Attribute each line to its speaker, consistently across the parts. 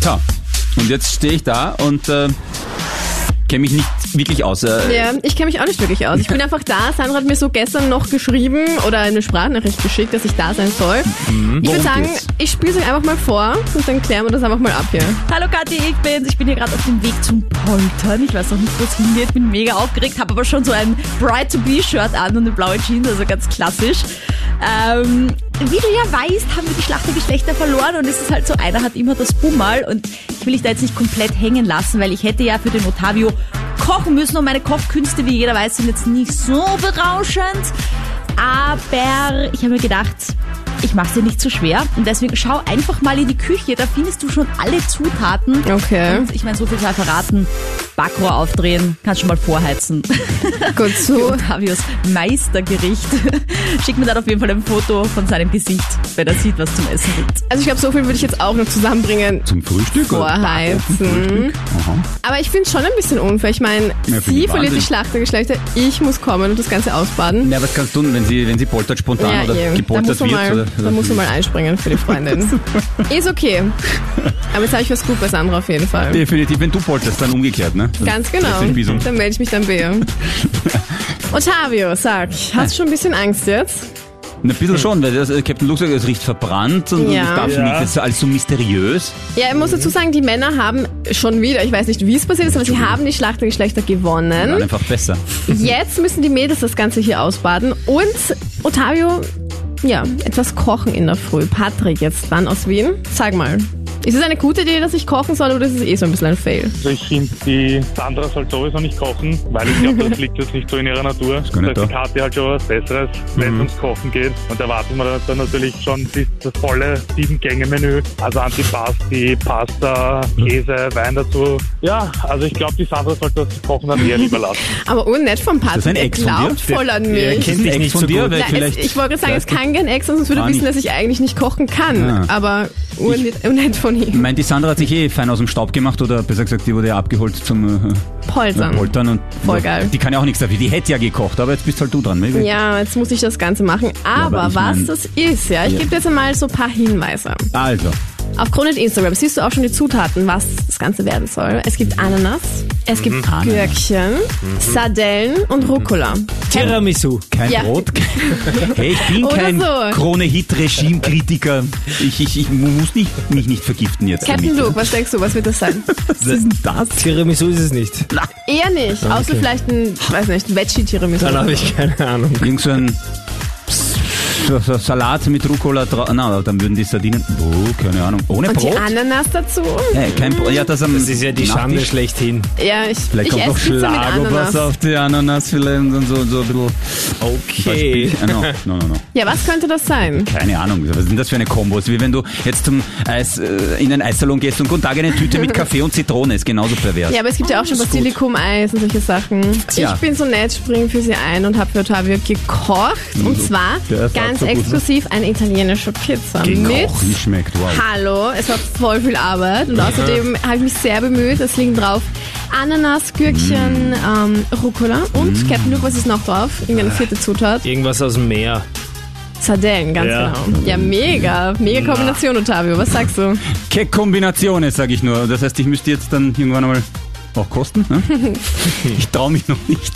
Speaker 1: So, und jetzt stehe ich da und äh, kenne mich nicht wirklich aus. Äh,
Speaker 2: Ja, ich kenne mich auch nicht wirklich aus. Ich bin einfach da. Sandra hat mir so gestern noch geschrieben oder eine Sprachnachricht geschickt, dass ich da sein soll. Ich würde
Speaker 1: Worum
Speaker 2: sagen,
Speaker 1: geht's?
Speaker 2: ich spiele es euch einfach mal vor und dann klären wir das einfach mal ab hier.
Speaker 3: Hallo Kathi, ich bin's. Ich bin hier gerade auf dem Weg zum Poltern. Ich weiß noch nicht, wo es hingeht. Bin mega aufgeregt, habe aber schon so ein Bright-to-be-Shirt an und eine blaue Jeans, also ganz klassisch. Ähm, wie du ja weißt, haben wir die Schlacht der Geschlechter verloren und es ist halt so, einer hat immer das Bummal und ich will dich da jetzt nicht komplett hängen lassen, weil ich hätte ja für den Otavio kochen müssen und meine Kochkünste, wie jeder weiß, sind jetzt nicht so berauschend. Aber ich habe mir gedacht, ich mache es dir nicht zu schwer. Und deswegen schau einfach mal in die Küche, da findest du schon alle Zutaten.
Speaker 2: Okay,
Speaker 3: Und ich meine, so viel sei verraten. Backrohr aufdrehen, kannst schon mal vorheizen.
Speaker 2: gut so.
Speaker 3: Otavius Meistergericht. Schick mir dann auf jeden Fall ein Foto von seinem Gesicht, wenn er sieht, was zum Essen gibt.
Speaker 2: Also ich glaube, so viel würde ich jetzt auch noch zusammenbringen.
Speaker 1: zum Frühstück? oder?
Speaker 2: Vorheizen.
Speaker 1: Frühstück?
Speaker 2: Mhm.
Speaker 1: Aha.
Speaker 2: Aber ich finde es schon ein bisschen unfair. Ich meine,
Speaker 1: Ja, find
Speaker 2: sie
Speaker 1: ich
Speaker 2: verliert
Speaker 1: Wahnsinn.
Speaker 2: die Schlacht der Geschlechter, ich muss kommen und das Ganze ausbaden.
Speaker 1: Na, was kannst du tun, wenn sie, wenn sie poltert spontan oder
Speaker 2: eh. da
Speaker 1: gepoltert
Speaker 2: muss
Speaker 1: wird?
Speaker 2: man mal,
Speaker 1: oder,
Speaker 2: da muss man mal einspringen für die Freundin. Ist okay. Aber jetzt habe ich was gut bei Sandra auf jeden Fall.
Speaker 1: Definitiv, wenn du polterst, dann umgekehrt, ne?
Speaker 2: Ganz genau.
Speaker 1: Das ist wie so.
Speaker 2: Dann melde ich mich dann bei ihr. Ottavio, sag, hast du schon ein bisschen Angst jetzt?
Speaker 1: Na, Ein bisschen schon, weil das, äh, Captain Luke sagt, es riecht verbrannt und,
Speaker 2: Ja.
Speaker 1: und ich darf
Speaker 4: Ja.
Speaker 1: nicht, das ist alles so mysteriös.
Speaker 2: Ja, ich muss dazu sagen, die Männer haben schon wieder, ich weiß nicht, wie es passiert ist, aber sie haben die Schlacht der Geschlechter
Speaker 1: Dann
Speaker 2: gewonnen.
Speaker 1: einfach besser.
Speaker 2: Jetzt müssen die Mädels das Ganze hier ausbaden. Und Ottavio, ja, etwas kochen in der Früh. Patrick jetzt dann aus Wien. Sag mal, ist es eine gute Idee, dass ich kochen soll oder ist es eh so ein bisschen ein Fail?
Speaker 4: Also ich finde, die Sandra soll sowieso nicht kochen, weil ich glaube, das liegt jetzt nicht so in ihrer Natur.
Speaker 1: gar nicht
Speaker 4: das heißt, die
Speaker 1: da.
Speaker 4: Kathi hat halt schon was Besseres, wenn es ums Kochen geht. Und da erwartet man dann natürlich schon das, das volle Sieben-Gänge-Menü. Also Antipasti, Pasta, Käse, Wein dazu. Ja, also ich glaube, die Sandra sollte das Kochen dann eher lieber lassen.
Speaker 2: Aber unnett vom
Speaker 1: Das ist ein
Speaker 2: Patrick, er
Speaker 1: Ex von dir?
Speaker 2: glaubt voll an mich.
Speaker 1: Er kennt
Speaker 5: mich
Speaker 1: dich
Speaker 5: nicht
Speaker 1: nicht von
Speaker 5: so
Speaker 1: dir,
Speaker 5: gut.
Speaker 1: weil
Speaker 2: Na,
Speaker 1: vielleicht.
Speaker 2: es, ich wollte gerade sagen, es
Speaker 1: vielleicht-
Speaker 2: kann kein Ex, sonst würde
Speaker 1: Ah,
Speaker 2: wissen,
Speaker 1: nicht.
Speaker 2: dass ich eigentlich nicht kochen kann.
Speaker 1: Ah.
Speaker 2: Aber oh, urnet- unnett von
Speaker 1: Ich
Speaker 2: ihm.
Speaker 1: meine, die Sandra hat sich eh fein aus dem Staub gemacht oder besser gesagt, die wurde ja abgeholt zum äh,
Speaker 2: Poltern.
Speaker 1: Poltern und
Speaker 2: Voll geil.
Speaker 1: die kann ja auch nichts dafür. Die hätte ja gekocht, aber jetzt bist halt du dran, Mabel.
Speaker 2: Ja, jetzt muss ich das Ganze machen. Aber,
Speaker 1: aber ich
Speaker 2: was
Speaker 1: mein-
Speaker 2: das ist, ja, ich
Speaker 1: Ja.
Speaker 2: gebe dir jetzt mal so ein paar Hinweise.
Speaker 1: Also,
Speaker 2: Auf Kronet Instagram siehst du auch schon die Zutaten, was das Ganze werden soll. Es gibt Ananas, es gibt
Speaker 1: Mhm. Ananas. Mhm.
Speaker 2: Gürkchen, Sardellen und Rucola.
Speaker 5: Tiramisu.
Speaker 1: kein
Speaker 2: Ja.
Speaker 1: Brot. Hey, ich bin
Speaker 2: Oder
Speaker 1: kein
Speaker 2: so.
Speaker 1: Krone-Hit-Regime-Kritiker. Ich, ich, ich muss nicht, mich nicht vergiften jetzt.
Speaker 2: Captain
Speaker 1: damit.
Speaker 2: Luke, was denkst du, was wird das sein?
Speaker 1: Was ist denn das?
Speaker 5: Tiramisu ist es nicht.
Speaker 2: Eher nicht, außer vielleicht ein, weiß nicht, Veggie-Tiramisu.
Speaker 5: Dann habe ich keine Ahnung.
Speaker 1: Irgend so ein so- so Salat mit Rucola drauf. Na, dann würden die Sardinen. Oh, keine Ahnung. Ohne
Speaker 2: Und die
Speaker 1: Brot?
Speaker 2: Ananas dazu?
Speaker 1: Hey, kein Brot. Ja, das, am
Speaker 5: Das ist ja die Schande
Speaker 1: Nachtisch.
Speaker 5: schlechthin.
Speaker 2: Ja, ich,
Speaker 1: Vielleicht
Speaker 2: ich
Speaker 1: kommt
Speaker 2: esse
Speaker 1: noch
Speaker 2: Pizza mit
Speaker 1: Schlagobers
Speaker 2: Ananas.
Speaker 1: auf die Ananas vielleicht und so, so ein bisschen.
Speaker 5: Okay.
Speaker 1: Beispiel. Ah, No, no, no, no.
Speaker 2: Ja, was könnte das sein?
Speaker 1: Keine Ahnung, was sind das für eine Kombo? Es ist Wie wenn du jetzt zum Eis, äh, in einen Eissalon gehst und guten Tag eine Tüte mit Kaffee und Zitrone ist genauso pervers.
Speaker 2: Ja, aber es gibt ja auch schon Basilikum-Eis und solche Sachen.
Speaker 1: Tja.
Speaker 2: Ich bin so nett, springe für sie ein und habe für Ottavio gekocht. Und zwar
Speaker 1: Hm, der ist
Speaker 2: ganz
Speaker 1: auch so gut, ne?
Speaker 2: exklusiv eine italienische Pizza mit...
Speaker 1: Gekocht, nicht schmeckt, wow.
Speaker 2: Hallo, es war voll viel Arbeit und außerdem habe ich mich sehr bemüht. Es liegen drauf Ananas, Gürkchen,
Speaker 1: Hm.
Speaker 2: ähm, Rucola und Captain Luke, was ist noch drauf? Irgendeine
Speaker 1: Äh.
Speaker 2: vierte Zutat.
Speaker 5: Irgendwas aus dem Meer.
Speaker 2: Sardellen, ganz
Speaker 5: Ja.
Speaker 2: genau. Ja, mega. Mega Kombination, Ottavio. Was sagst du?
Speaker 1: Ke Kombination, sage ich nur. Das heißt, ich müsste jetzt dann irgendwann einmal auch kosten. Ne? ich traue mich noch nicht.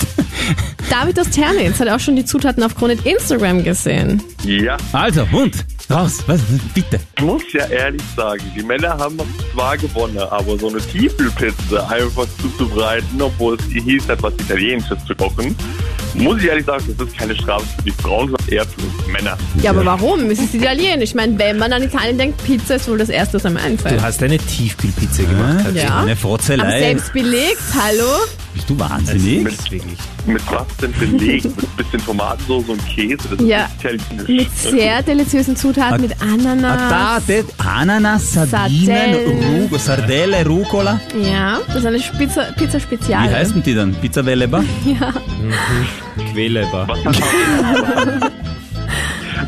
Speaker 2: David aus Ternitz hat auch schon die Zutaten auf Kronet Instagram gesehen.
Speaker 6: Ja,
Speaker 1: Also, und raus, was, bitte.
Speaker 6: ich muss ja ehrlich sagen, die Männer haben zwar gewonnen, aber so eine Tiefkühlpizza einfach zuzubereiten, obwohl es hieß, etwas Italienisches zu kochen, muss ich ehrlich sagen, das ist keine Strafe für die Frauen, sondern eher für die Männer.
Speaker 2: Ja, aber warum? Es ist italienisch. Ich meine, wenn man an Italien denkt, Pizza ist wohl das Erste, was einem einfällt.
Speaker 5: Du hast eine Tiefkühlpizza gemacht. Katja.
Speaker 2: Äh. Ja.
Speaker 1: Eine
Speaker 2: aber
Speaker 1: Frotzelei.
Speaker 2: selbst belegt, hallo?
Speaker 1: Bist du wahnsinnig?
Speaker 5: Das ist wirklich.
Speaker 6: Mit was denn belegt? Mit ein bisschen Tomatensauce und Käse? Das
Speaker 2: Ja,
Speaker 6: ist italienisch.
Speaker 2: Mit sehr deliziösen Zutaten, mit Ananas.
Speaker 1: Patate, Ananas, Sardinen,
Speaker 2: Sardellen.
Speaker 1: Ru Sardelle, Rucola.
Speaker 2: Ja, das ist eine Pizza, Pizza
Speaker 1: Wie
Speaker 2: Speziale.
Speaker 1: heißen die dann? Mhm. Pizza Veleba?
Speaker 5: Quäleber.
Speaker 6: was, haben,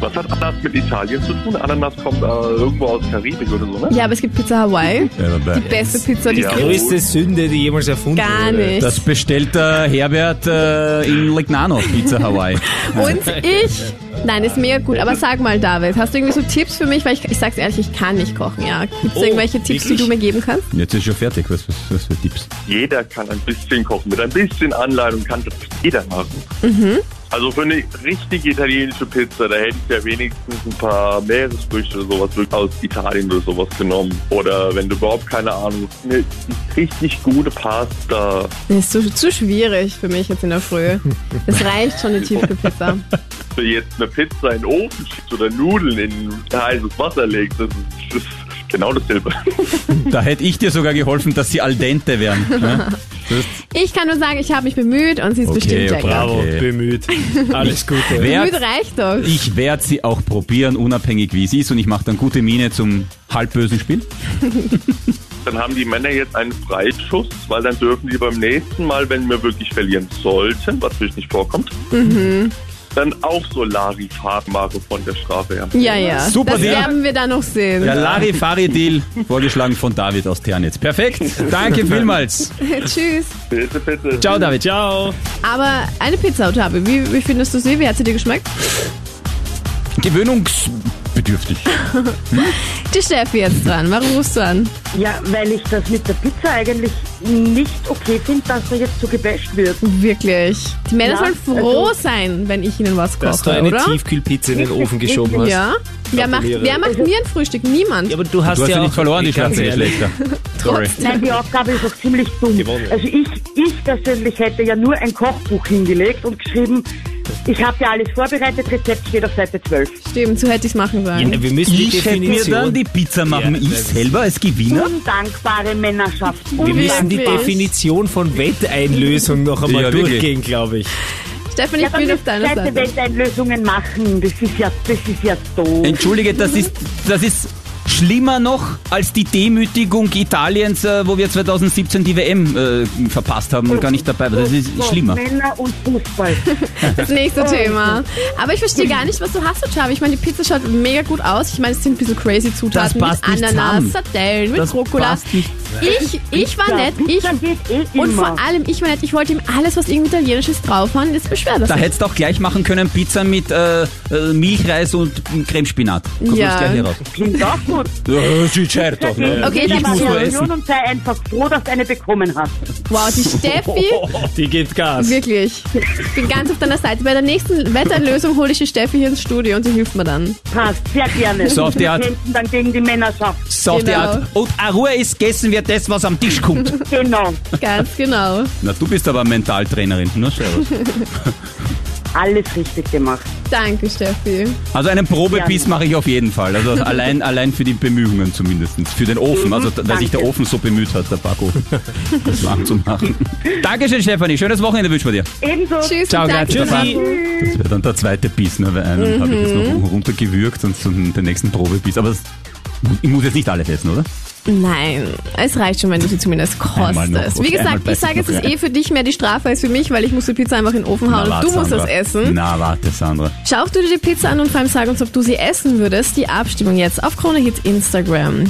Speaker 6: Was hat Ananas mit Italien zu tun? Ananas kommt äh, irgendwo aus Karibik oder so, ne?
Speaker 2: Ja, aber es gibt Pizza Hawaii. Die beste Pizza, die es
Speaker 6: Ja.
Speaker 2: gibt.
Speaker 5: Größte Sünde, die jemals erfunden
Speaker 2: Gar
Speaker 5: wurde.
Speaker 2: nicht.
Speaker 1: Das bestellt der Herbert äh, in Legnano, Pizza Hawaii.
Speaker 2: Und ich. Nein, ist mega gut. Aber sag mal, David, hast du irgendwie so Tipps für mich? Weil ich, ich sag's ehrlich, ich kann nicht kochen, ja. Gibt's
Speaker 5: Oh,
Speaker 2: irgendwelche Tipps, die
Speaker 5: wirklich?
Speaker 2: du mir geben kannst?
Speaker 1: Jetzt ist schon fertig. Was, was, was für Tipps?
Speaker 6: Jeder kann ein bisschen kochen. Mit ein bisschen Anleitung kann das jeder machen. Also für eine richtig italienische Pizza, da hätte ich ja wenigstens ein paar Meeresfrüchte oder sowas wirklich aus Italien oder sowas genommen. Oder wenn du überhaupt keine Ahnung, eine richtig gute Pasta.
Speaker 2: Das ist zu, zu schwierig für mich jetzt in der Früh. Es reicht schon eine Tiefkühlpizza.
Speaker 6: Wenn du jetzt eine Pizza in den Ofen schiebst oder Nudeln in heißes Wasser legst, das ist, das ist genau dasselbe.
Speaker 1: Da hätte ich dir sogar geholfen, dass sie al dente wären. Ne?
Speaker 2: Ich kann nur sagen, ich habe mich bemüht und sie ist
Speaker 1: Okay,
Speaker 2: bestimmt lecker.
Speaker 5: Bravo,
Speaker 1: Okay.
Speaker 5: bemüht. Alles Gute.
Speaker 1: Wer-
Speaker 2: Bemüht reicht doch.
Speaker 1: Ich werde sie auch probieren, unabhängig wie sie ist. Und ich mache dann gute Miene zum halbbösen Spiel.
Speaker 6: Dann haben die Männer jetzt einen Freischuss, weil dann dürfen die beim nächsten Mal, wenn wir wirklich verlieren sollten, was natürlich nicht vorkommt, dann auch so Larifahrenmarke von der Strafe her.
Speaker 2: Ja, ja.
Speaker 1: Super
Speaker 2: das
Speaker 1: Deal.
Speaker 2: werden wir dann noch sehen.
Speaker 5: Genau.
Speaker 1: Der Larifari-Deal, vorgeschlagen von David aus Ternitz. Perfekt. Danke vielmals.
Speaker 2: Tschüss.
Speaker 6: Bitte, bitte.
Speaker 1: Ciao, David.
Speaker 5: Ciao.
Speaker 2: Aber eine Pizza, Otabi, wie, wie findest du sie? Wie hat sie dir geschmeckt?
Speaker 1: Gewöhnungsbedürftig.
Speaker 2: Die Steffi jetzt dran. Warum rufst du an?
Speaker 7: Ja, weil ich das mit der Pizza eigentlich nicht okay finde, dass da jetzt so gebasht wird.
Speaker 2: Wirklich. Die Männer
Speaker 7: Ja,
Speaker 2: sollen froh
Speaker 7: also-
Speaker 2: sein, wenn ich ihnen was koche,
Speaker 5: Dass du eine
Speaker 2: oder?
Speaker 5: Tiefkühlpizza in den Ofen geschoben hast.
Speaker 2: ja. Wer macht, wer macht mir ein Frühstück? Niemand.
Speaker 5: Ja, aber du hast
Speaker 1: Du hast
Speaker 5: ja,
Speaker 1: ja
Speaker 5: auch
Speaker 1: nicht verloren, die
Speaker 5: Ganz
Speaker 1: Chance ist
Speaker 5: ehrlich.
Speaker 1: schlechter. Sorry.
Speaker 7: Nein, die Aufgabe ist auch ziemlich dumm.
Speaker 5: Gewonnen.
Speaker 7: Also ich, ich persönlich hätte ja nur ein Kochbuch hingelegt und geschrieben, ich habe ja alles vorbereitet, Rezept steht auf Seite 12.
Speaker 2: Stimmt, so hätte ich es machen sollen.
Speaker 5: Ja, wir müssen die
Speaker 1: Ich hätte mir
Speaker 5: Definition.
Speaker 1: dann die Pizza machen.
Speaker 5: Ja,
Speaker 1: ich
Speaker 5: das ist-
Speaker 1: selber als Gewinner?
Speaker 7: Undankbare Männerschaft.
Speaker 5: wir müssen die
Speaker 2: Wirklich?
Speaker 5: Definition von Wetteinlösung noch einmal
Speaker 1: Ja, wirklich.
Speaker 5: durchgehen, glaube ich.
Speaker 2: Stefan, ich
Speaker 7: Ja, dann
Speaker 2: bin auf
Speaker 7: müsst ihr
Speaker 2: deiner
Speaker 7: Seite
Speaker 2: Seite.
Speaker 7: Welteinlösungen machen. Das ist ja, das ist ja doof.
Speaker 1: Entschuldige, das ist, das ist schlimmer noch als die Demütigung Italiens, äh, wo wir 2017 die WM äh, verpasst haben und gar nicht dabei waren. Das ist
Speaker 7: So,
Speaker 1: schlimmer.
Speaker 7: Männer und Fußball.
Speaker 2: Ah, Das nächste
Speaker 1: Oh.
Speaker 2: Thema. Aber ich verstehe gar nicht, was du hast, Otabi. Ich meine, die Pizza schaut mega gut aus. Ich meine, es sind ein bisschen crazy Zutaten
Speaker 1: Das passt
Speaker 2: mit
Speaker 1: nicht
Speaker 2: Ananas,
Speaker 1: zusammen.
Speaker 2: Sardellen, mit
Speaker 1: Das
Speaker 2: Rucola.
Speaker 1: passt nicht.
Speaker 2: Ich, ich war nett. Ich,
Speaker 7: Pizza geht eh immer.
Speaker 2: und vor allem, ich war nett. Ich wollte ihm alles, was irgendwie Italienisches drauf war. und Jetzt beschwert er
Speaker 1: Da
Speaker 2: sich.
Speaker 1: hättest du auch gleich machen können, Pizza mit äh, äh, Milchreis und Cremespinat. Kommt
Speaker 2: Ja.
Speaker 1: uns gleich hier raus.
Speaker 7: Klingt auch gut.
Speaker 1: Ja, sie schert doch, ne?
Speaker 2: Okay,
Speaker 1: ich
Speaker 7: Jeder
Speaker 1: muss nur
Speaker 7: Variation
Speaker 1: essen.
Speaker 7: und sei einfach froh, dass du eine bekommen hast.
Speaker 2: Wow, die Steffi.
Speaker 5: Die gibt Gas.
Speaker 2: Wirklich. Ich bin ganz auf deiner Seite. Bei der nächsten Wetterlösung hole ich die Steffi hier ins Studio und sie hilft mir dann.
Speaker 7: Passt, sehr gerne.
Speaker 1: So auf die Art.
Speaker 7: Wir kämpfen dann gegen die Männerschaft.
Speaker 1: So auf die
Speaker 2: Genau.
Speaker 1: Art. Und a Ruhe ist, gegessen wird das, was am Tisch kommt.
Speaker 7: Genau.
Speaker 2: Ganz genau.
Speaker 1: Na, du bist aber Mentaltrainerin. Na, servus.
Speaker 7: Alles richtig gemacht.
Speaker 2: Danke, Steffi.
Speaker 1: Also einen Probepiece mache ich auf jeden Fall. Also allein, allein für die Bemühungen zumindest. Für den Ofen, also da- weil sich der
Speaker 7: Danke.
Speaker 1: Ofen so bemüht hat, der Backofen, das warm zu machen. Dankeschön, Stefanie. Schönes Wochenende wünschen wir dir.
Speaker 7: Ebenso.
Speaker 2: Tschüss.
Speaker 5: Ciao,
Speaker 2: und
Speaker 5: Gerd.
Speaker 2: danke.
Speaker 5: Tschüssi.
Speaker 1: Das wäre dann der zweite Biss, ne? Weil einen habe ich jetzt
Speaker 2: Mhm.
Speaker 1: noch runtergewürgt und zum, den nächsten Probebiss. Aber es- ich muss jetzt nicht alles essen, oder?
Speaker 2: Nein, es reicht schon, wenn du sie zumindest
Speaker 1: Einmal
Speaker 2: kostest.
Speaker 1: noch, okay,
Speaker 2: Wie
Speaker 1: einmal
Speaker 2: gesagt, ich
Speaker 1: beißt
Speaker 2: sage, es
Speaker 1: noch
Speaker 2: ist
Speaker 1: rein.
Speaker 2: eh für dich mehr die Strafe als für mich, weil ich muss die Pizza einfach in den Ofen hauen und
Speaker 1: warte,
Speaker 2: du musst das
Speaker 1: Sandra.
Speaker 2: essen.
Speaker 1: Na, warte, Sandra.
Speaker 2: Schau du dir die Pizza an und vor allem sag uns, ob du sie essen würdest. Die Abstimmung jetzt auf Krone Hits Instagram.